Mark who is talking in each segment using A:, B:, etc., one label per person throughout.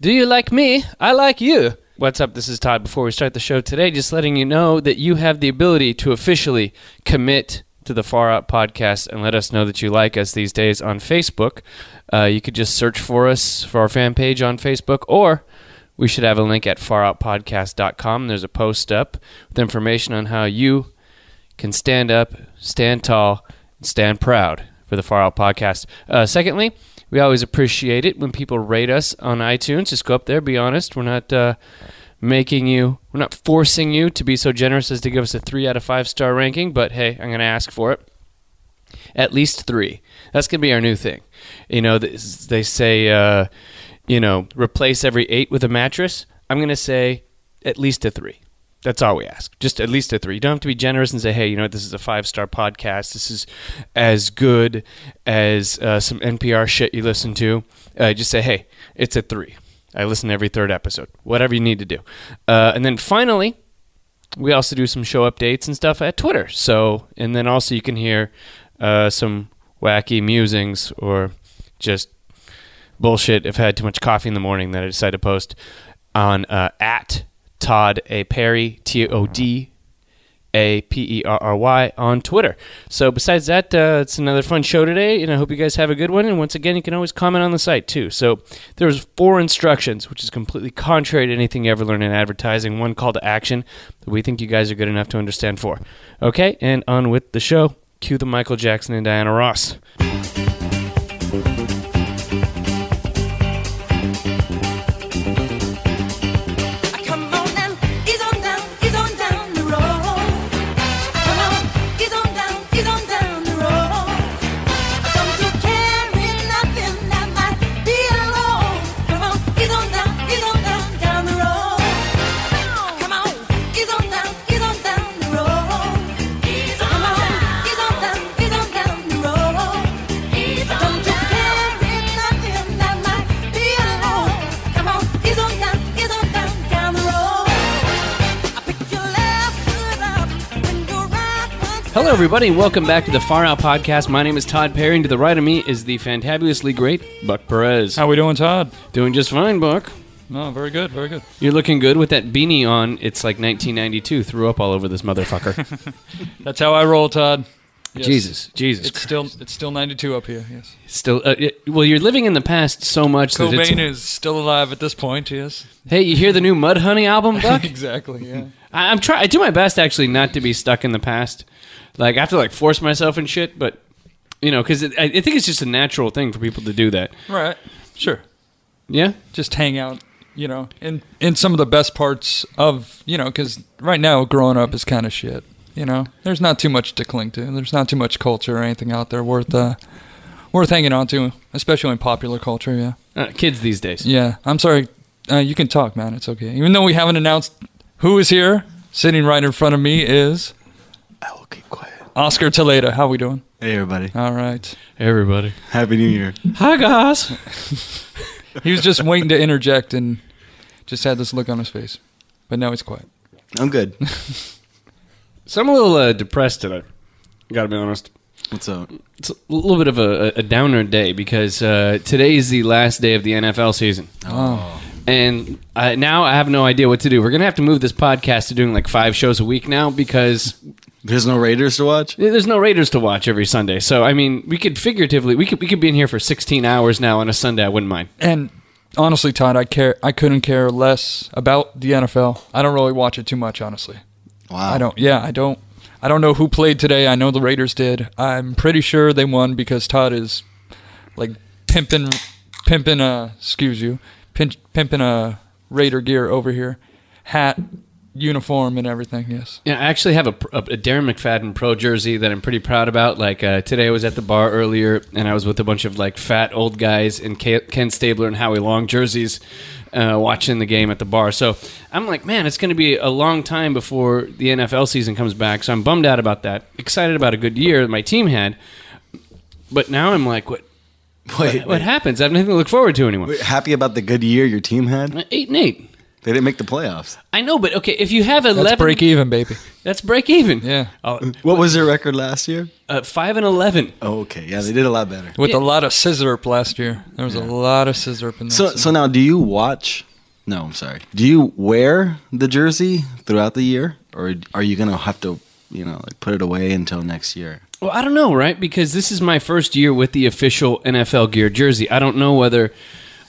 A: Do you like me? I like you. What's up? This is Todd. Before we start the show today, just letting you know that you have the ability to officially commit to the Far Out podcast and let us know that you like us these days on Facebook. Uh, you could just search for us for our fan page on Facebook, or we should have a link at faroutpodcast.com. There's a post up with information on how you can stand up, stand tall, and stand proud for the Far Out Podcast. Uh, secondly, we always appreciate it when people rate us on iTunes. Just go up there, be honest. We're not uh, making you, we're not forcing you to be so generous as to give us a three out of five star ranking, but hey, I'm going to ask for it. At least three. That's going to be our new thing. You know, th- they say, uh, you know, replace every eight with a mattress. I'm going to say at least a three. That's all we ask. Just at least a three. You don't have to be generous and say, hey, you know what? This is a five star podcast. This is as good as uh, some NPR shit you listen to. Uh, just say, hey, it's a three. I listen to every third episode, whatever you need to do. Uh, and then finally, we also do some show updates and stuff at Twitter. So, and then also you can hear uh, some wacky musings or just bullshit. If I had too much coffee in the morning, that I decided to post on uh, at Todd A Perry T O D A P E R R Y on Twitter. So, besides that, uh, it's another fun show today, and I hope you guys have a good one. And once again, you can always comment on the site too. So, there's four instructions, which is completely contrary to anything you ever learn in advertising. One call to action that we think you guys are good enough to understand. For okay, and on with the show. Cue the Michael Jackson and Diana Ross.
B: Come on down, he's on down, he's on down the road. Come on, he's on down, he's on down the road. I come to carry nothing that might be alone. Come on, he's on down, he's on down, down the road. Come on, he's on down, he's on down the road. He's on down, he's on down, he's on down the road. Come to carry nothing that might be alone. Come on, he's on down, he's on down, down the road. I pick your left foot up and your right one's
A: Hello, everybody, and welcome back to the Far Out Podcast. My name is Todd Perry, and to the right of me is the fantabulously great Buck Perez.
C: How we doing, Todd?
A: Doing just fine, Buck.
C: No, very good, very good.
A: You're looking good with that beanie on. It's like 1992. Threw up all over this motherfucker.
C: That's how I roll, Todd. Yes.
A: Jesus, Jesus.
C: It's still it's still 92 up here. Yes.
A: still. Uh, it- well, you're living in the past so much that it's.
C: Cobain is still alive at this point. Yes.
A: hey, you hear the new Mud Honey album, Buck?
C: exactly. Yeah.
A: I, I'm try. I do my best actually not to be stuck in the past. Like I have to like force myself and shit, but you know, because I, I think it's just a natural thing for people to do that.
C: right. Sure.
A: Yeah.
C: Just hang out, you know, in in some of the best parts of, you know, cuz right now growing up is kind of shit, you know. There's not too much to cling to. There's not too much culture or anything out there worth uh worth hanging on to, especially in popular culture, yeah.
A: Uh, kids these days.
C: Yeah, I'm sorry. Uh, you can talk, man. It's okay. Even though we haven't announced who is here, sitting right in front of me is
D: I will keep quiet.
C: Oscar Toledo. How we doing?
D: Hey, everybody.
C: All right.
A: Everybody.
D: Happy New Year.
A: Hi guys.
C: He was just waiting to interject and just had this look on his face, but now he's quiet.
D: I'm good.
A: So I'm a little uh, depressed today. Gotta be honest.
D: What's up?
A: It's a little bit of a, a downer day because uh, today is the last day of the NFL season.
C: Oh,
A: and uh, now I have no idea what to do. We're gonna have to move this podcast to doing like five shows a week now because
D: There's no Raiders to watch?
A: there's no Raiders to watch every Sunday. So I mean, we could figuratively we could we could be in here for 16 hours now on a Sunday. I wouldn't mind.
C: and honestly, Todd, I care. I couldn't care less about the NFL. I don't really watch it too much, honestly.
D: Wow.
C: I don't. Yeah, I don't. I don't know who played today. I know the Raiders did. I'm pretty sure they won because Todd is like pimping, pimping. Uh, excuse you, pin, pimping a Raider gear over here, hat, uniform, and everything. Yes.
A: Yeah, I actually have a, a, a Darren McFadden pro jersey that I'm pretty proud about. Like uh, today, I was at the bar earlier, and I was with a bunch of like fat old guys in K- Ken Stabler and Howie Long jerseys, uh, watching the game at the bar. So I'm like, man, it's going to be a long time before the NFL season comes back. So I'm bummed out about that. Excited about a good year that my team had, but now I'm like, what?
D: Wait,
A: What happens? I have nothing to look forward to anymore. Uh,
D: wait, happy about the good year your team had?
A: Eight and eight.
D: They didn't make the playoffs.
A: I know, but okay, if you have eleven,
C: Let's break even, baby.
A: That's break even.
C: Yeah.
A: Oh,
D: What was their record last year?
A: uh, five and eleven.
D: Oh, okay. Yeah, they did a lot better.
C: With
A: Yeah.
C: a lot of scissor up last year. There was a lot of scissor up in that.
D: So,
C: season.
D: so now, do you watch? No, I'm sorry. Do you wear the jersey throughout the year, or are you gonna have to, you know, like put it away until next year?
A: Well, I don't know, right? Because this is my first year with the official NFL gear jersey. I don't know whether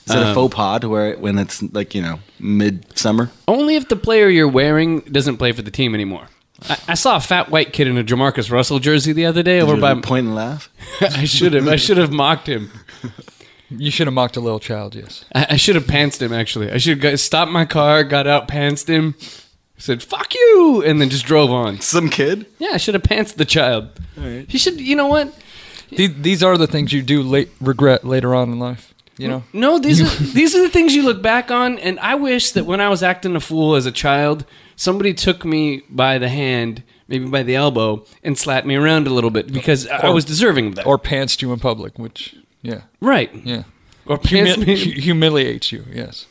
D: Is it a
A: Um,
D: faux pas to wear it when it's like you know midsummer?
A: only if the player you're wearing doesn't play for the team anymore. I, I saw a fat white kid in a Jamarcus Russell jersey the other day over
D: Did
A: by.
D: you point and laugh.
A: I should have. I should have mocked him.
C: you should have mocked a little child, yes.
A: I, I should have pantsed him. Actually, I should have got- stopped my car, got out, pantsed him, said "fuck you," and then just drove on.
D: Some kid.
A: Yeah, I should have pantsed the child. He should. You know what?
C: These, these are the things you do late, regret later on in life. You know?
A: No, these are these are the things you look back on, and I wish that when I was acting a fool as a child, somebody took me by the hand, maybe by the elbow, and slapped me around a little bit because I I was deserving of that.
C: Or pantsed you in public, which, yeah,
A: right.
C: yeah.
A: Or pants
C: Humil-
A: me.
C: hu- humiliates you, yes.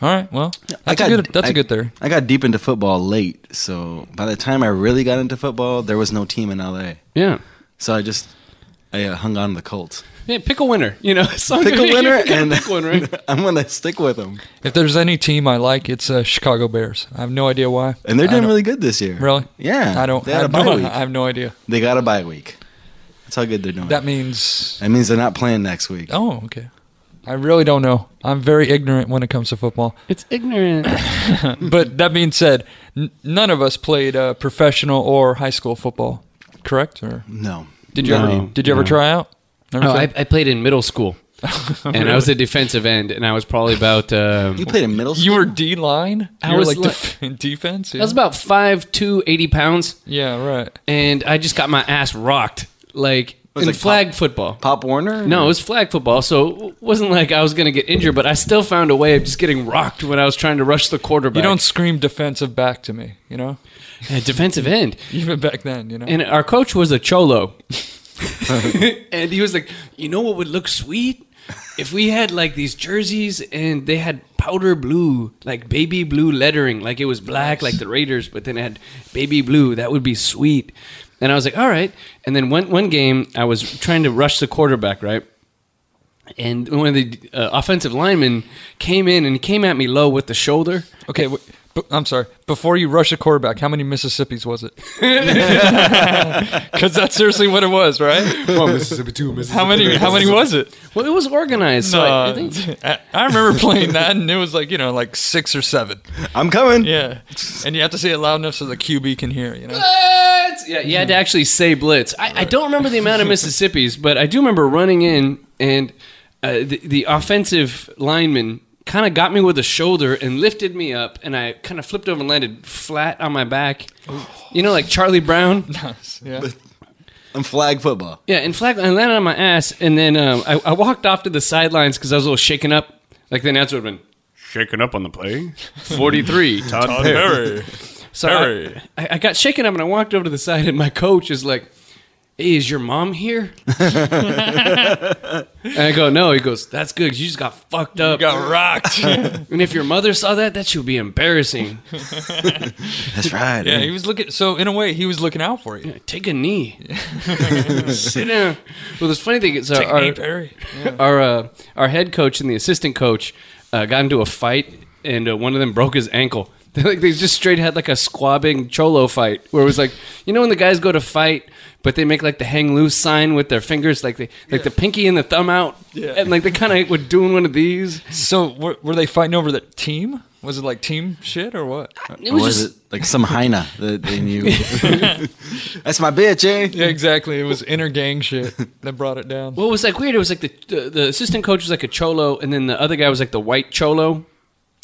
C: All right, well, that's, a, good, that's a
D: a
C: good theory.
D: I got deep into football late, so by the time I really got into football, there was no team in LA.
A: Yeah.
D: So I just I uh, hung on to the Colts.
A: Yeah, pick a winner. You know, so
D: Pick a
A: you
D: winner,
A: gotta
D: and
A: pick one, right?
D: I'm gonna stick with them.
C: If there's any team I like, it's uh, Chicago Bears. I have no idea why.
D: And they're
C: I
D: doing
C: don't-
D: really good this year.
C: Really?
D: Yeah.
C: I don't.
D: They had
C: I,
D: a bye
C: don't-
D: week.
C: I have no idea.
D: They got a bye week. That's how good they're doing.
C: That
D: That,
C: means.
D: means they're not playing next week.
C: Oh, okay. I really don't know. I'm very ignorant when it comes to football.
A: It's ignorant.
C: But that being said, n- none of us played uh, professional or high school football, correct? Or
D: No.
C: did you
A: No,
C: ever? Did you ever
A: no.
C: try out? Never
A: No, I,
C: tried?
A: I played in middle school, and I was a defensive end, and I was probably about. Um,
D: You played in middle school.
C: you were D line.
A: I
C: You were
A: was
C: like
A: li-
C: def- in defense. Yeah.
A: I was about 5'2", 80 pounds.
C: yeah, right.
A: and I just got my ass rocked, like
D: was
A: in
D: like
A: flag
D: pop-
A: football.
D: Pop Warner?
A: No, it was flag football, so it wasn't like I was going to get injured, but I still found a way of just getting rocked when I was trying to rush the quarterback.
C: You don't scream defensive back to me. You know,
A: Yeah, defensive end,
C: even back then. You know.
A: and our coach was a cholo, and he was like, "You know what would look sweet." If we had like these jerseys and they had powder blue, like baby blue lettering, like it was black, like the Raiders, but then it had baby blue, that would be sweet. And I was like, all right. And then one, one game, I was trying to rush the quarterback, right? And one of the uh, offensive linemen came in and he came at me low with the shoulder.
C: Okay, w- b- I'm sorry. Before you rush a quarterback, how many Mississippi's was it? Because that's seriously what it was, right? How many? How many was it?
A: Well, it was organized. So I, I
C: No,
A: think
C: I, I remember playing that, and it was like you know, like six or seven.
D: I'm coming.
C: Yeah, and you have to say it loud enough so the QB can hear. You know,
A: blitz. Yeah, you had to actually say blitz. I, I don't remember the amount of Mississippi's, but I do remember running in and uh, the, the offensive lineman kind of got me with a shoulder and lifted me up, and I kind of flipped over and landed flat on my back. You know, like Charlie Brown.
C: yeah.
D: I'm flag football.
A: Yeah, in flag, I landed on my ass, and then um, I, I walked off to the sidelines because I was a little shaken up. Like the announcer would have been shaken up on the play. Forty-three, Todd, Perry. So I, I, I got shaken up, and I walked over to the side, and my coach is like, "Hey, is your mom here?" and I go, "No." He goes, "That's good. 'cause You just got fucked up,
C: Got rocked. yeah,
A: and if your mother saw that, that should be embarrassing.
D: That's right. eh?
C: he was looking. So in a way, he was looking out for you.
A: Take a knee, sit down." Well, this funny thing is, uh,
C: Hey,
A: our,
C: Perry.
A: our uh, our head coach and the assistant coach uh, got into a fight, and uh, one of them broke his ankle. They, like they just straight had like a squabbing cholo fight, where it was like you know when the guys go to fight, but they make like the hang loose sign with their fingers, like they like the pinky and the thumb out,
C: Yeah.
A: and like they kind of were doing one of these.
C: So were, were they fighting over the team? Was it like team shit or what?
A: It
D: Or
A: was,
D: was
A: just
D: it like some hyena that they knew? That's my bitch, eh?
C: Yeah, exactly. It was inner gang shit that brought it down.
A: what was like weird. It was like the, the the assistant coach was like a cholo, and then the other guy was like the white cholo,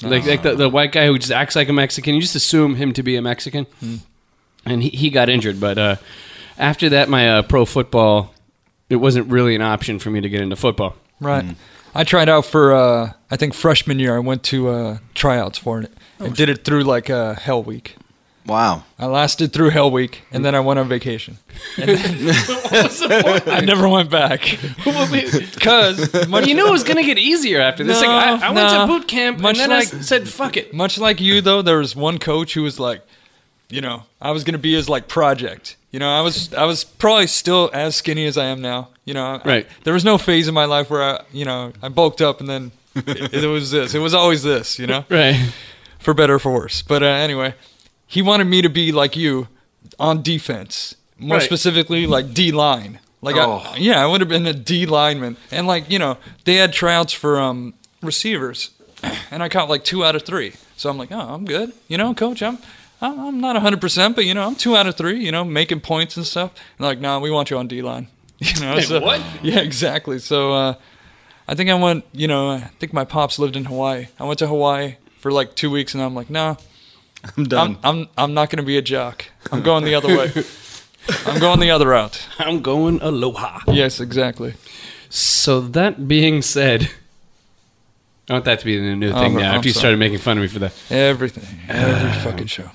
A: like like the, the white guy who just acts like a Mexican. You just assume him to be a Mexican,
C: Hmm.
A: and he, he got injured. But uh, after that, my uh, pro football, it wasn't really an option for me to get into football.
C: Right. I tried out for uh, Oh, I think freshman year. I went to uh, tryouts for it and did it through like uh, Hell Week.
D: Wow.
C: I lasted through Hell Week, and then I went on vacation. I never went back because much,
A: you knew it was gonna get easier after this.
C: No,
A: like, I, I went
C: no.
A: to boot camp,
C: Much
A: and then
C: like-
A: I s- said, "Fuck it."
C: much like you though, there was one coach who was like, you know, I was gonna be his like project. You know, I was I was probably still as skinny as I am now. You know, I-
A: Right.
C: there was no phase in my life where I, you know, I bulked up and then it, it was this. It was always this. You know.
A: Right.
C: for better or for worse. But uh, anyway, he wanted me to be like you on defense, more
A: Right.
C: specifically like D line. Like,
D: Oh.
C: I, yeah, I would have been a D lineman, and like you know, they had tryouts for um, receivers, and I caught like two out of three. So I'm like, oh, I'm good, you know, coach. I'm, I'm, I'm not 100, percent but you know, I'm two out of three, you know, making points and stuff. And like, nah, we want you on D line. You know,
A: Wait,
C: so,
A: what?
C: Yeah, exactly. So uh, I think I went, you know, I think my pops lived in Hawaii. I went to Hawaii for like two weeks, and I'm like, nah,
D: I'm
C: I'm,
D: done.
C: I'm, I'm not going to be a jock. I'm going the other way. I'm going the other route.
A: I'm going aloha.
C: Yes, exactly.
A: So that being said, I want that to be the new
C: Oh,
A: thing now.
C: I'm
A: after you
C: sorry.
A: started making fun of me for that,
C: Everything. Every fucking show.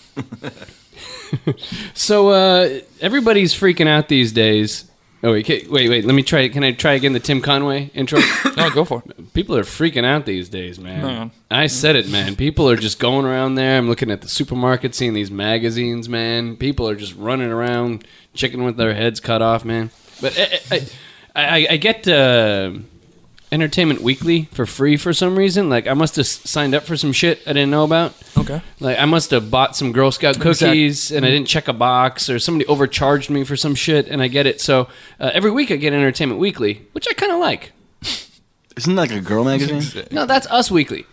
A: so uh, everybody's freaking out these days. Oh wait, ca- wait, wait. Let me try. Can I try again the Tim Conway intro?
C: No, go for it.
A: People are freaking out these days, man.
C: Man.
A: I said it, man. People are just going around there. I'm looking at the supermarket, seeing these magazines, man. People are just running around, chicken with their heads cut off, man. But I, I, I, I get uh, Entertainment Weekly for free for some reason. Like I must have s- signed up for some shit I didn't know about.
C: Okay.
A: Like I must have bought some Girl Scout cookies and I didn't check a box or somebody overcharged me for some shit and I get it. So uh, every week I get Entertainment Weekly, which I kind of like.
D: Isn't that like a girl magazine?
A: No, that's Us Weekly.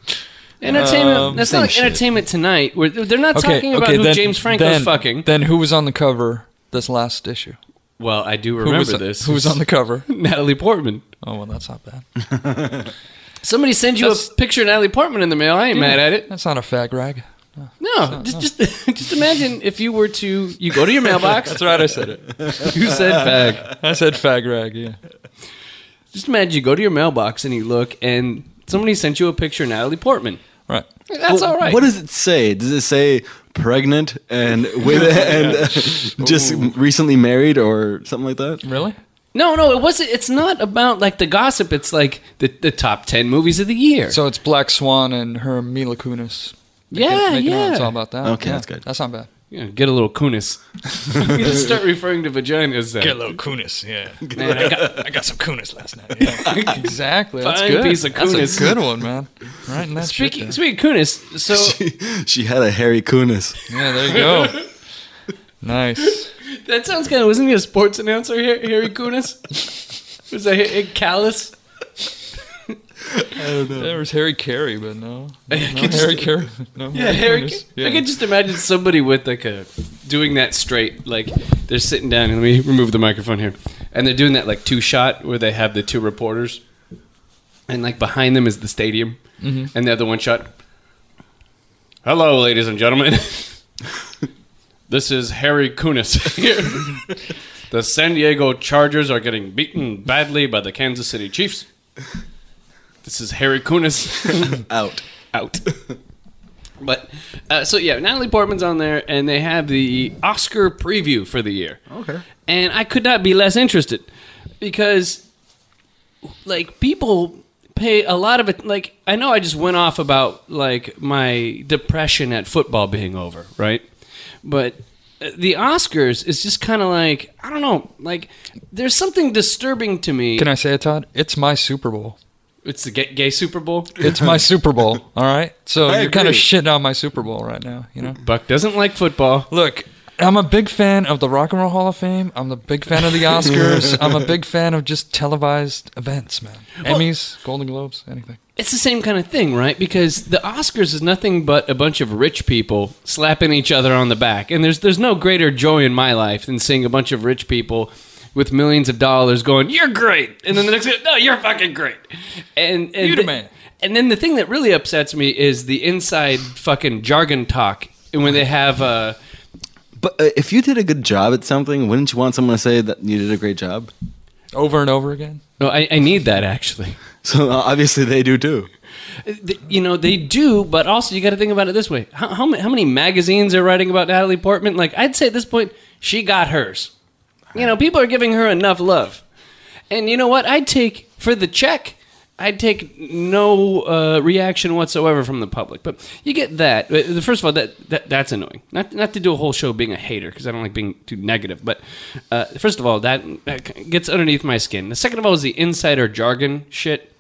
A: Entertainment.
C: Um,
A: that's
D: same
A: not like
D: shit.
A: Entertainment Tonight. Where they're not talking about who James Franco's
C: then,
A: fucking.
C: Then who was on the cover this last issue?
A: well, I do
C: Who
A: remember
C: was, uh,
A: this.
C: Who was on the cover?
A: Natalie Portman?
C: Oh, well, that's not bad.
A: Somebody sends you
C: That's-
A: a picture of Natalie Portman in the mail. I ain't mad at it.
C: That's not a fag rag.
A: No, just just, just imagine if you were to you go to your mailbox.
C: That's right, I said it.
A: you said fag.
C: I said fag rag, yeah.
A: Just imagine you go to your mailbox and you look, and somebody sent you a picture of Natalie Portman.
C: Right.
A: That's
D: Well,
A: all right.
D: What does it say? Does it say pregnant and with and uh, just recently married or something like that?
C: Really?
A: no, no, it wasn't. It's not about like the gossip. It's like the the top ten movies of the year.
C: So it's Black Swan and her Mila Kunis.
A: yeah,
C: Making out.
A: yeah.
C: It's all about that.
D: Okay,
C: Yeah,
D: that's good.
C: That's not bad.
A: you know, get a little kunis. you just start referring to vaginas then.
C: little Kunis, yeah.
A: Man, I got
C: I got some Kunis last night. exactly. That's
A: Fine
C: good.
A: piece of
C: That's
A: Kunis.
C: a good one, man. Right in that
A: speaking,
C: shit. there.
A: speaking of kunis, so
D: she had a hairy Kunis.
C: Yeah, there you go. nice.
A: that sounds kind of wasn't he a sports announcer here, Harry Kunis? Was that Har- Callis?
C: There was Harry Carey, but no. no Harry Carey. No,
A: Yeah, Harry.
C: Kunis.
A: I could just imagine somebody with like a doing that straight, like they're sitting down. And let me remove the microphone here, and they're doing that like two shot where they have the two reporters, and like behind them is the stadium, and they have the one shot. Hello, ladies and gentlemen. this is Harry Kunis here. the San Diego Chargers are getting beaten badly by the Kansas City Chiefs. This is Harry Kunis
D: Out.
A: out. But uh, so yeah, Natalie Portman's on there, and they have the Oscar preview for the year.
D: Okay.
A: And I could not be less interested because, like, people pay a lot of it. Like, I know I just went off about like my depression at football being over, right? But uh, the Oscars is just kind of like I don't know. Like, there's something disturbing to me.
C: Can I say it, Todd? It's my Super Bowl.
A: it's the gay, gay Super Bowl.
C: It's my Super Bowl. All right. So
D: I
C: you're kind of
D: agree.
C: shitting on my Super Bowl right now. You know.
A: Buck doesn't like football.
C: Look, I'm a big fan of the Rock and Roll Hall of Fame. I'm a big fan of the Oscars. I'm a big fan of just televised events, man. Emmys, Golden Globes, anything.
A: it's the same kind of thing, right? Because the Oscars is nothing but a bunch of rich people slapping each other on the back. And there's there's no greater joy in my life than seeing a bunch of rich people with millions of dollars going, "You're great," and then the next, "No, you're fucking great," and and
C: You the man.
A: and then the thing that really upsets me is the inside fucking jargon talk, and when they have uh,
D: But uh, if you did a good job at something, wouldn't you want someone to say that you did a great job?
C: Over and over again.
A: no, I, I need that actually.
D: So uh, obviously they do too.
A: Th- You know they do, but also you got to think about it this way: how, how ma- how many magazines are writing about Natalie Portman? Like I'd say at this point, she got hers. You know, people are giving her enough love, and you know what? I'd take for the check. I'd take no uh, reaction whatsoever from the public. But you get that. Uh, First of all, that, that that's annoying. Not not to do a whole show being a hater because I don't like being too negative. But uh, first of all, that, that gets underneath my skin. The second of all is the insider jargon shit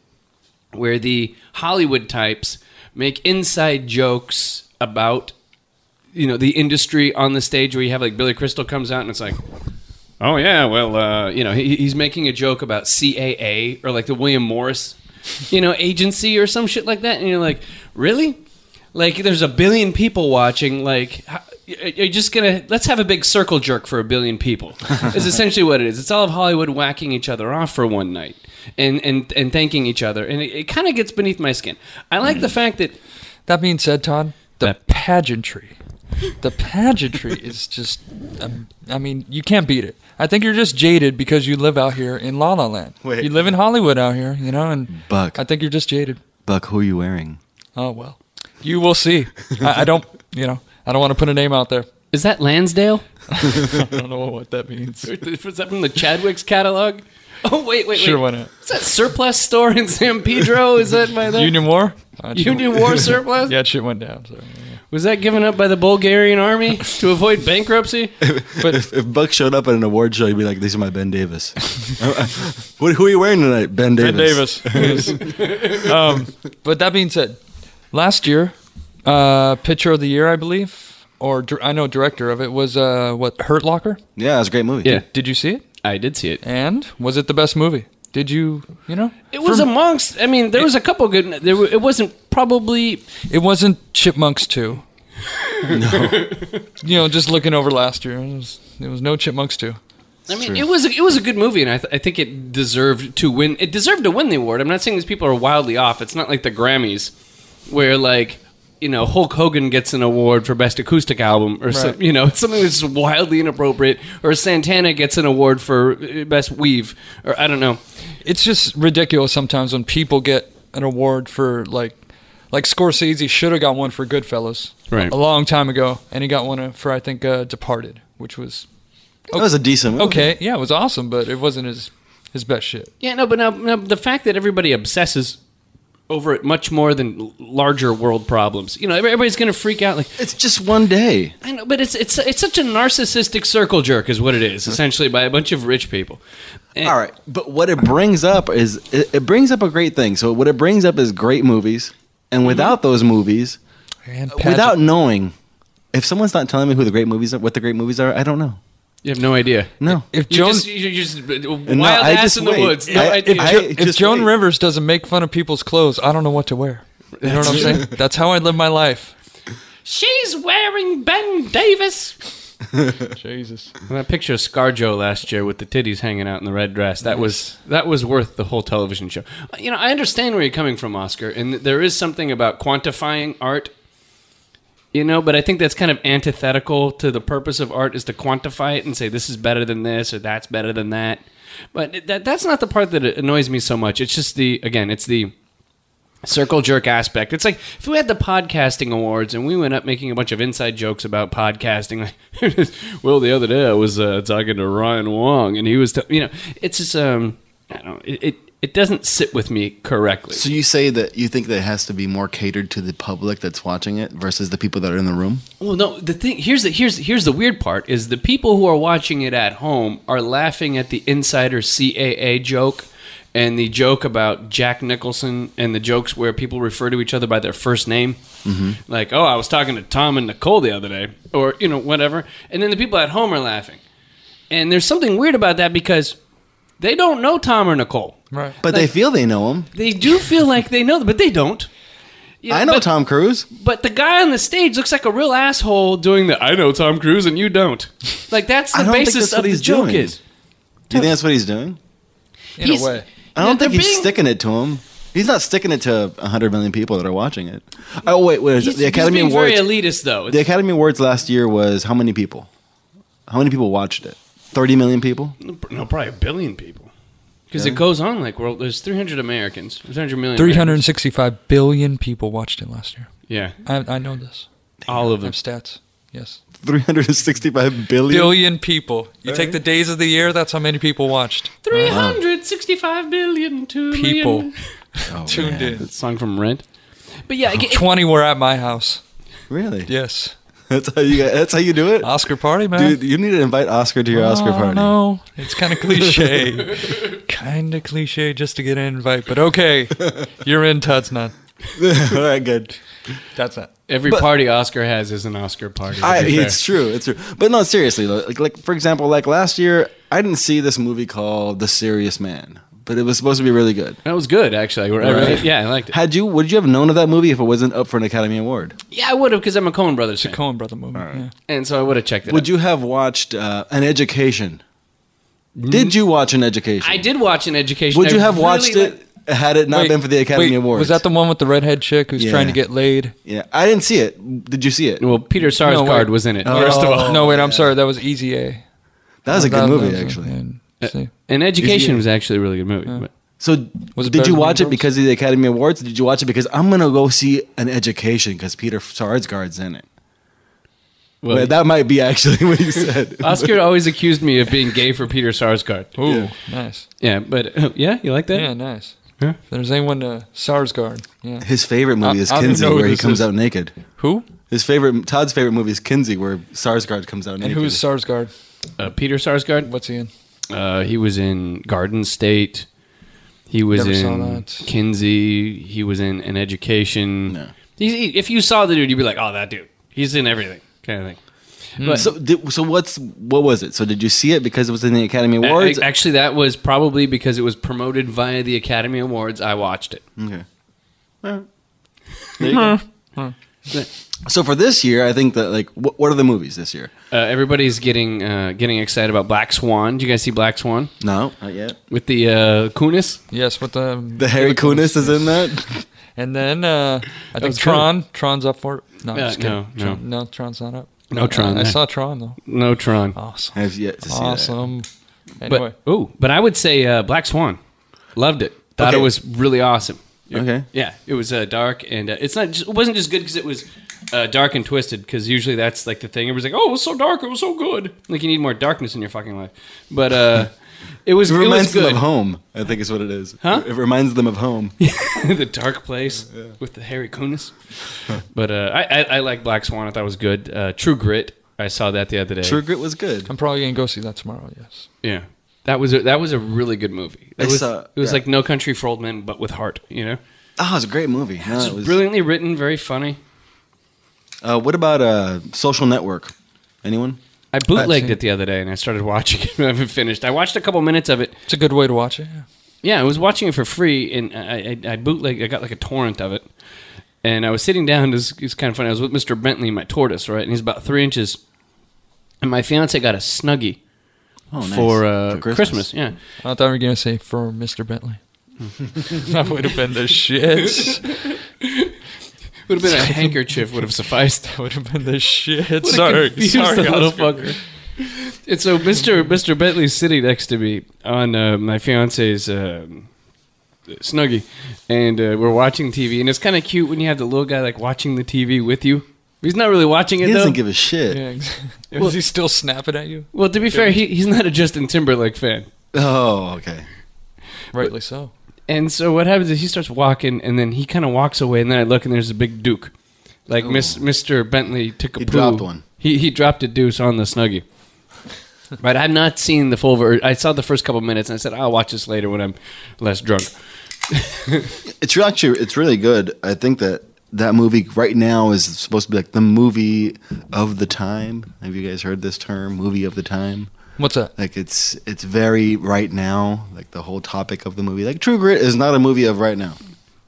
A: where the Hollywood types make inside jokes about you know the industry on the stage where you have like Billy Crystal comes out and it's like oh yeah well uh, you know he, he's making a joke about CAA or like the William Morris you know agency or some shit like that and you're like really like there's a billion people watching like how, you're just gonna let's have a big circle jerk for a billion people is essentially what it is it's all of hollywood whacking each other off for one night and and and thanking each other and it, it kind of gets beneath my skin i like the fact that
C: That being said, Todd, the
A: That-
C: pageantry, the pageantry is just, um, I mean, you can't beat it. I think you're just jaded because you live out here in La La Land.
D: Wait.
C: You live in Hollywood out here, you know, and
D: Buck.
C: I think you're just jaded.
D: Buck, who are you wearing?
C: Oh well, you will see. I, I don't, you know, I don't want to put a name out there.
A: is that lansdale
C: I don't know what that means.
A: was that from the chadwick's catalog oh wait wait wait
C: Sure, why not?
A: is that surplus store in san pedro is that by the
C: Union War. Uh, it
A: Union
C: went-
A: war surplus
C: Yeah, it shit went down. So.
A: was that given up by the bulgarian army to avoid bankruptcy
D: If, if Buck showed up at an award show, he'd be like, "These are my Ben Davis." what, who are you wearing tonight, Ben Davis?
C: Ben Davis. Yes. um, but that being said, last year, uh, pitcher of the year, I believe, or dir- I know director of it was uh, what Hurt Locker.
D: Yeah, it's a great movie.
A: Yeah.
C: Did you see it?
A: i did see it
C: And was it the best movie? Did you, you know?
A: It was
C: For-
A: amongst. I mean, there was a couple good. There, were- it wasn't probably.
C: It wasn't Chipmunks two. no. You know, just looking over last year, it was, it was no Chipmunks two.
A: I mean, it was. It was a good movie, and I, th- I think it deserved to win. It deserved to win the award. I'm not saying these people are wildly off. It's not like the Grammys, where like you know Hulk Hogan gets an award for best acoustic album, or some,
C: Right.
A: you know it's something that's just wildly inappropriate, or Santana gets an award for uh, best weave, or I don't know.
C: it's just ridiculous sometimes when people get an award for like like Scorsese should have got one for Goodfellas
A: Right.
C: a long time ago, and he got one for I think uh, Departed, which was
D: that was a decent. Movie.
C: okay. Yeah, it was awesome, but it wasn't his his best shit.
A: Yeah, no, but now, now the fact that everybody obsesses over it much more than l- larger world problems. You know, everybody's going to freak out like.
D: it's just one day.
A: I know, but it's it's it's such a narcissistic circle jerk, is what it is, essentially, by a bunch of rich people. And-
D: All right, but what it brings up is it, it brings up a great thing. So what it brings up is great movies,
A: Mm-hmm.
D: and without those movies,
C: And
D: Uh, without
C: pageant-
D: knowing, if someone's not telling me who the great movies are, what the great movies are, I don't know.
A: you have no idea.
D: No,
C: if
A: You're
C: Joan
A: just, you're just a wild
D: no, I
A: ass
D: just
A: in the
D: wait.
A: woods. No
D: I-
A: idea.
D: I-
C: if
D: just
C: Joan
D: wait.
C: Rivers doesn't make fun of people's clothes, I don't know what to wear. You know what I'm saying? That's how I live my life.
A: She's wearing Ben Davis.
C: Jesus.
A: That picture of ScarJo last year with the titties hanging out in the red dress. That was that was worth the whole television show. You know, I understand where you're coming from, Oscar, and there is something about quantifying art. You know, but I think that's kind of antithetical to the purpose of art is to quantify it and say this is better than this or that's better than that. But that that's not the part that annoys me so much. It's just the again, it's the circle jerk aspect. It's like if we had the podcasting awards and we went up making a bunch of inside jokes about podcasting. Like, well, the other day I was uh, talking to Ryan Wong and he was, t- you know, it's just um, I don't, it, it it doesn't sit with me correctly.
D: So you say that you think that it has to be more catered to the public that's watching it versus the people that are in the room.
A: Well, no. The thing here's the here's here's the weird part is the people who are watching it at home are laughing at the insider CAA joke and the joke about Jack Nicholson and the jokes where people refer to each other by their first name,
D: Mm-hmm.
A: like oh, I was talking to Tom and Nicole the other day, or you know whatever. And then the people at home are laughing, and there's something weird about that because they don't know Tom or Nicole.
C: Right.
D: But they feel they know him.
A: They do feel like they know them, but they don't. You
D: I know
A: but-
D: Tom Cruise.
A: but the guy on the stage looks like a real asshole doing the I know Tom Cruise and you don't. Like that's the
D: I don't think
A: basis
D: that's
A: of
D: what
A: the
D: he's
A: joke
D: doing.
A: is.
D: Do you think that's what he's doing?
C: in a way.
D: I don't
A: They're
D: think he's
A: being-
D: sticking it to him. He's not sticking it to 100 million people that are watching it. Oh wait, wait
A: He's,
D: the Academy
A: he's being
D: Awards?
A: very elitist though.
D: the Academy Awards last year was how many people? How many people watched it? 30 million people?
A: It's- no, probably a billion people. Because it goes on like world. There's 300 Americans. 300 million.
C: 365 billion people watched it last year.
A: Americans.
C: I, I know this.
A: Yeah, all of
C: I
A: them.
C: have stats. Yes.
D: 365 billion.
C: Billion people. You take the days of the year, that's how many people watched.
A: 365 billion two
C: People
A: million.
D: Oh,
C: tuned
D: man.
C: in.
A: Song from Rent. But yeah, I get-
C: 20 were at my house.
D: Really?
C: Yes.
D: That's how you. Got, that's how you do it.
C: Oscar party, Oh, man.
D: Dude, you need to invite Oscar to your Oscar
C: Oh,
D: party.
C: No, it's kind of cliche. kind of cliche just to get an invite, but okay. You're in, Todd's not.
D: All right, good.
C: That's not.
A: every party Oscar has is an Oscar party. to
D: I,
A: be fair.
D: it's true. It's true. But no, seriously, though, like, like for example, like last year, I didn't see this movie called The Serious Man, but it was supposed to be really good.
A: that was good actually. I- I really- yeah, I liked it.
D: Had you, would you have known of that movie if it wasn't up for an Academy Award?
A: Yeah, I would have because I'm a Coen Brothers fan,
C: Cohen brother movie. Yeah.
A: and so I would have checked it.
D: Would
A: out.
D: you have watched uh, An Education? Did you watch An Education?
A: I did watch an education.
D: Would
A: I
D: you have
A: really
D: watched
A: liked-
D: it had it not
C: Wait,
D: been for the Academy
C: wait,
D: Awards?
C: Was that the one with the redhead chick who's
D: Yeah.
C: trying to get laid?
D: Yeah, I didn't see it. Did you see it?
A: Well, Peter Sarsgaard
C: wait.
A: was in it.
D: Oh.
A: First of all,
C: no, wait, I'm sorry. That was Easy A.
D: That was a
C: That-
D: good movie,
C: that was-
D: actually.
C: yeah, see.
A: and education was actually a really good movie. but-
D: So,
C: Was it
D: did
C: better
D: you
C: than
D: watch it
C: Mean Girls?
D: because of the Academy Awards? Did you watch it because I'm gonna go see an education because Peter Sarsgaard's in it?
A: well,
D: Wait, that might be actually what you said.
A: Oscar always accused me of being gay for Peter Sarsgaard.
C: Ooh, nice.
A: Yeah, but yeah, you like that?
C: Yeah, nice.
A: Yeah.
C: If there's anyone uh, Sarsgaard. Yeah.
D: His favorite movie is
C: I- I don't
D: Kinsey,
C: know who
D: where he
C: this
D: comes
C: is.
D: out naked.
C: Who?
D: His favorite, Todd's favorite movie is Kinsey, where Sarsgaard comes out
C: And
D: naked.
C: who is Sarsgaard?
A: Uh, Peter Sarsgaard.
C: What's he in?
A: Uh, he was in Garden State. He was
C: Never saw
A: in
C: that.
A: Kinsey. He was in an education.
D: No.
A: He's, he, if you saw the dude, you'd be like, "Oh, that dude. He's in everything." Kind of thing. But
D: So, did, so what's what was it? So, did you see it because it was in the Academy
A: a-
D: Awards?
A: a- actually, that was probably because it was promoted via the Academy Awards. I watched it.
D: Okay. There you go. So for this year, I think that like what, what are the movies this year?
A: Uh, everybody's getting uh, getting excited about Black Swan. Do you guys see Black Swan
D: No, not yet.
A: with the uh, Kunis?
C: Yes, with um, the
D: The Harry Kunis is in that.
C: And then uh, I think
A: was
C: Tron. Tron's up for it. No, I'm
A: Yeah,
C: just kidding.
A: no,
C: Tron, no. Tron's not up.
A: No Tron,
C: I,
A: yeah.
C: saw Tron though.
A: No Tron.
C: Awesome.
D: I've yet to see that.
C: Awesome.
A: But
C: Uh, Anyway,
A: ooh, but I would say uh, Black Swan. Loved it. Thought it
D: Okay.
A: was really awesome.
D: Okay.
A: Yeah, it was uh, dark and uh, it's not. Just, it wasn't just good because it was uh, dark and twisted. Because usually that's like the thing. It was like, oh, it was so dark. It was so good. Like you need more darkness in your fucking life. But uh, it was.
D: It
A: It, was
D: reminds them
A: good.
D: of home. I think is what it is.
A: Huh?
D: It reminds them of home.
A: the dark place with the Harry Kunis. but uh, I, I, I like Black Swan. I thought it was good. Uh, True Grit. I saw that the other day.
D: True Grit was good.
C: I'm probably gonna go see that tomorrow. Yes.
A: Yeah. That was a, that was a really good movie. It
D: I
A: was,
D: saw-
A: it was
D: yeah.
A: like No Country for Old Men, but with heart. You know,
D: Oh, it's a great movie. No,
A: It's
D: it was-
A: brilliantly written, very funny.
D: Uh, what about uh, Social Network? Anyone?
A: I
C: I've
A: bootlegged
C: seen-
A: it the other day and I started watching it. I haven't finished. I watched a couple minutes of it.
C: It's a good way to watch it. Yeah.
A: Yeah, I was watching it for free and I, I, I bootlegged. I got like a torrent of it. And I was sitting down. It's, it's kind of funny. I was with Mr. Bentley, my tortoise, right? And he's about three inches. And my fiance got a snuggie
D: Oh, nice.
A: for, uh, Christmas. Yeah,
C: I thought we were gonna say for Mr. Bentley. that would have been the shits.
A: would have been a handkerchief would have sufficed.
C: That would have been the shits.
A: Would've
C: Sorry,
A: confused
C: sorry,
A: the little
C: Oscar.
A: fucker. And so Mr. Mr. Bentley's sitting next to me on uh, my fiance's um, snuggie, and uh, we're watching TV, and it's kind of cute when you have the little guy like watching the TV with you. He's not really watching it
D: He
A: though.
D: doesn't give a shit.
C: Yeah, exactly. Is he still snapping at you?
A: well, to be fair, he, he's not a Justin Timberlake fan.
D: Oh, okay.
C: Rightly so.
A: And so what happens is he starts walking, and then he kind of walks away, and then I look, and there's a big Duke. Like Miss, Mr. Bentley took a
D: Oh. He
A: poo.
D: dropped one.
A: He he dropped a deuce on the snuggie. but I've not seen the full version. I saw the first couple minutes, and I said I'll watch this later when I'm less drunk.
D: It's re- actually it's really good. I think that that movie right now is supposed to be like the movie of the time. Have you guys heard this term, movie of the time?
C: What's that?
D: Like it's it's very right now. Like the whole topic of the movie. Like True Grit is not a movie of right now.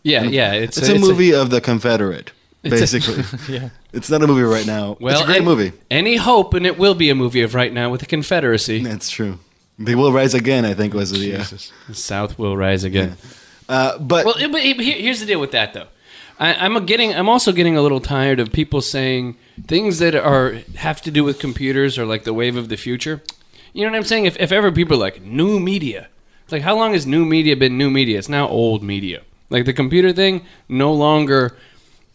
A: Yeah, yeah. It's,
D: Mm. It's a, movie of the Confederate, basically.
C: Yeah.
D: It's not a movie right now.
A: well,
D: it's a great
A: an-
D: movie.
A: Any hope, and it will be a movie of right now with the Confederacy.
D: That's true. They will rise again. I think was the. Uh,
A: The South will rise again.
D: uh, but
A: Well, it- but he- here- here's the deal with that, though. I, I'm getting, I'm also getting a little tired of people saying things that are have to do with computers or like the wave of the future. You know what I'm saying? If, if ever people are like new media, It's like how long has new media been new media? It's now old media. Like the computer thing no longer.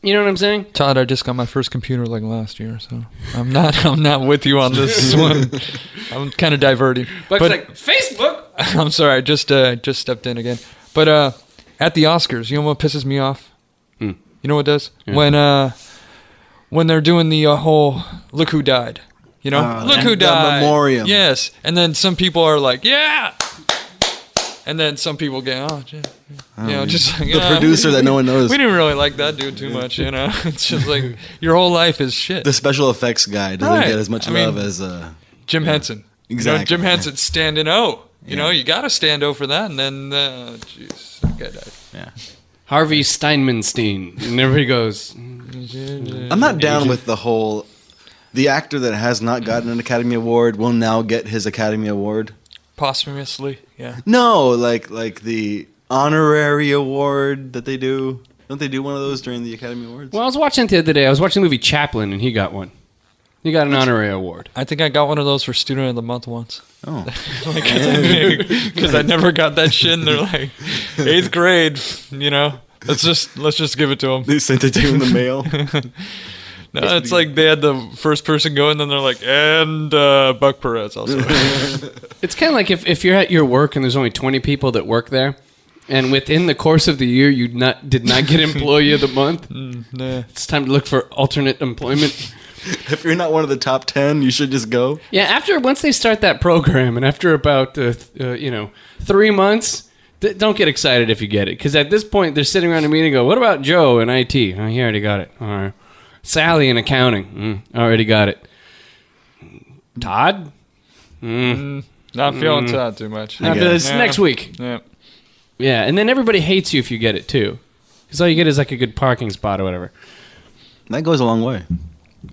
A: You know what I'm saying?
C: Todd, I just got my first computer like last year, so I'm not I'm not with you on this one. I'm kind of diverting.
A: But, it's like Facebook.
C: I'm sorry, I just uh, just stepped in again. But uh, at the Oscars, you know what pisses me off? You know what does? When uh, when they're doing the uh, whole "Look who died," you know,
D: Ah,
C: "Look who
D: the
C: died,"
D: memoriam.
C: Yes, and then some people are like, "Yeah," and then some people get, "Oh, gee," you know, just like,
D: The
C: "Ah,
D: producer that no one knows.
C: We didn't really like that dude too much, you know. It's just like your whole life is shit.
D: the special effects guy doesn't
C: Right.
D: get as much
C: I mean-
D: love as uh,
C: Jim Henson. You know,
D: Exactly.
C: Jim Henson standing O. You know, you got to stand O for that, and then, uh, jeez, that guy died.
A: Harvey Steinmanstein. And everybody goes.
D: I'm not down with the whole. The actor that has not gotten an Academy Award will now get his Academy Award.
C: Posthumously, yeah.
D: No, like like the honorary award that they do. Don't they do one of those during the Academy Awards?
A: Well, I was watching it the other day. I was watching the movie Chaplin, and he got one. He got an honorary award.
C: I think I got one of those for Student of the Month once.
D: Oh.
C: Because I never got that shit, and they're like, eighth grade, you know. Let's just let's just give it to them.
D: They sent it to you in the mail.
C: No, it's like they had the first person go, and then they're like, and uh, Buck Perez also.
A: It's kind of like if, if you're at your work and there's only 20 people that work there, and within the course of the year you not did not get employee of the month,
C: nah.
A: it's time to look for alternate employment.
D: if you're not one of the top ten, you should just go.
A: Yeah, after once they start that program, and after about uh, th- uh, you know three months, th- don't get excited if you get it because at this point they're sitting around a meeting and go, "What about Joe in IT? Oh, he already got it. All right, Sally in accounting, mm, already got it. Todd,
C: Not feeling Todd too much.
A: After
D: guess.
A: this
C: Yeah.
A: next week.
C: Yeah.
A: Yeah, and then everybody hates you if you get it too, because all you get is like a good parking spot or whatever.
D: That goes a long way.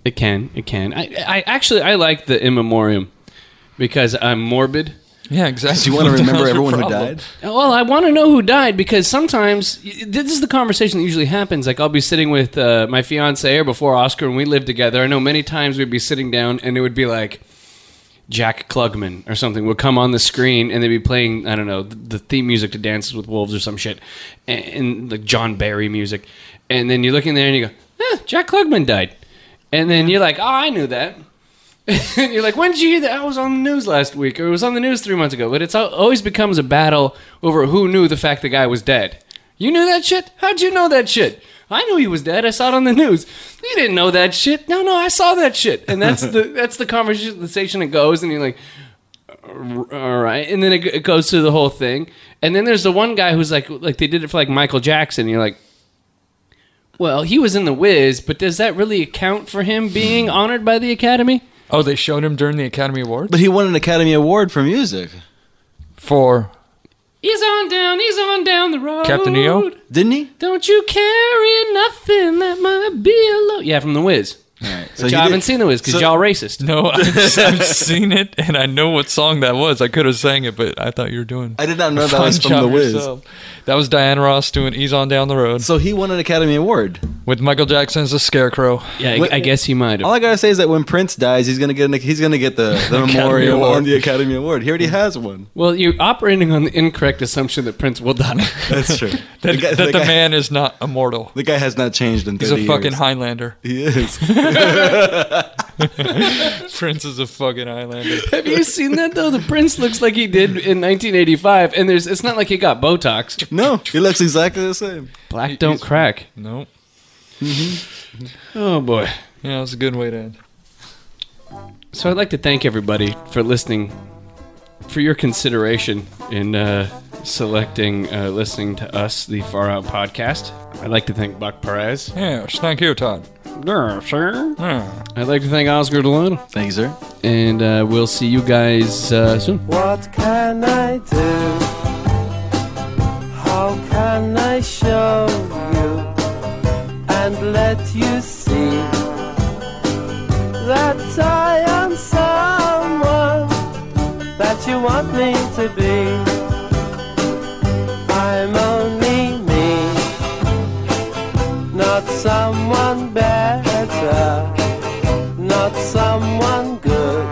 A: It can, it can. I, I actually I like the in memoriam because I'm morbid.
C: Yeah, exactly.
D: Do you want to
C: What the hell's
D: remember
C: your
D: everyone who
C: problem?
D: died?
A: Well, I want to know who died because sometimes y- this is the conversation that usually happens. Like I'll be sitting with uh, my fiance or before Oscar and we lived together. I know many times we'd be sitting down and it would be like Jack Klugman or something would come on the screen and they'd be playing I don't know th- the theme music to Dances with Wolves or some shit and, and like John Barry music. And then you look in there and you go, eh, Jack Klugman died. And then you're like, oh, I knew that. and you're like, when did you hear that? I was on the news last week, or it was on the news three months ago. But it's al- always becomes a battle over who knew the fact the guy was dead. You knew that shit? How'd you know that shit? I knew he was dead. I saw it on the news. You didn't know that shit. No, no, I saw that shit. And that's the that's the conversation it goes. And you're like, all right and then it, it goes through the whole thing and then there's the one guy who's like like they did it for like michael jackson you're like well he was in the whiz but does that really account for him being honored by the academy
C: Oh, they showed him during the Academy Awards?
D: But he won an Academy Award for music,
C: For
A: he's on down he's on down the road
C: Captain EO?
D: didn't he?
A: don't you carry nothing that might be alone yeah from the whiz
D: So
A: which
D: he
A: i haven't
D: did-
A: seen the whiz because
D: so-
A: y'all racist
C: No, I've, I've seen it, and I know what song that was. I could have sang it, but I thought you were doing.
D: I did not know
C: a
D: that
C: fine
D: was from
C: job
D: The Wiz.
C: yourself. That was Diana Ross doing "Ease On Down the Road"
D: So he won an Academy Award.
C: with Michael Jackson as the Scarecrow.
A: yeah I,
D: Wait-
A: I guess he might
D: All
A: have
D: I gotta say is that when Prince dies, he's gonna get an, he's gonna get the, the memorial
C: Award.
D: on the Academy Award. He already has one.
A: well you're operating on the incorrect assumption that prince will die
D: That's true.
C: That,
D: the, guy,
C: that the,
D: the guy-
C: man is not immortal.
D: the guy has not changed in
C: He's
D: 30
C: a fucking
D: years.
C: Highlander.
D: He is.
C: Prince is a fucking Highlander.
A: Have you seen that though? The prince looks like he did in 1985, and there's it's not like he got Botox.
D: No, he looks exactly the same.
A: Black don't crack.
C: Nope.
A: Oh boy.
C: Yeah, that's a good way to end.
A: So I'd like to thank everybody for listening, for your consideration in uh, selecting uh, listening to us, the Far Out podcast. I'd like to thank Buck Perez.
C: Yeah, thank you, Todd.
A: Yeah, sure.
C: Yeah.
A: I'd like to thank Oscar Delano,
D: Thank you, sir.
A: and uh, we'll see you guys uh, soon.
E: What can I do? How can I show you and let you see that I am someone that you want me to be? I'm only me, not someone better, not someone good.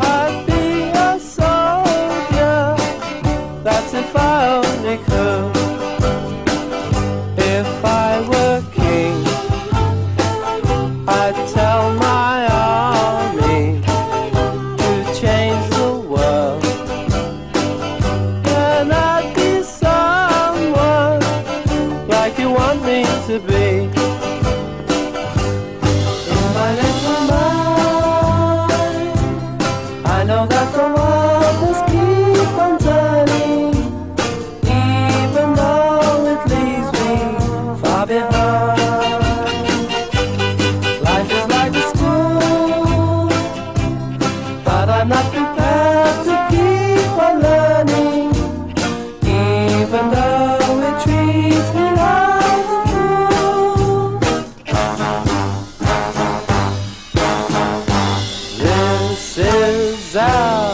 E: I'd be a soldier out.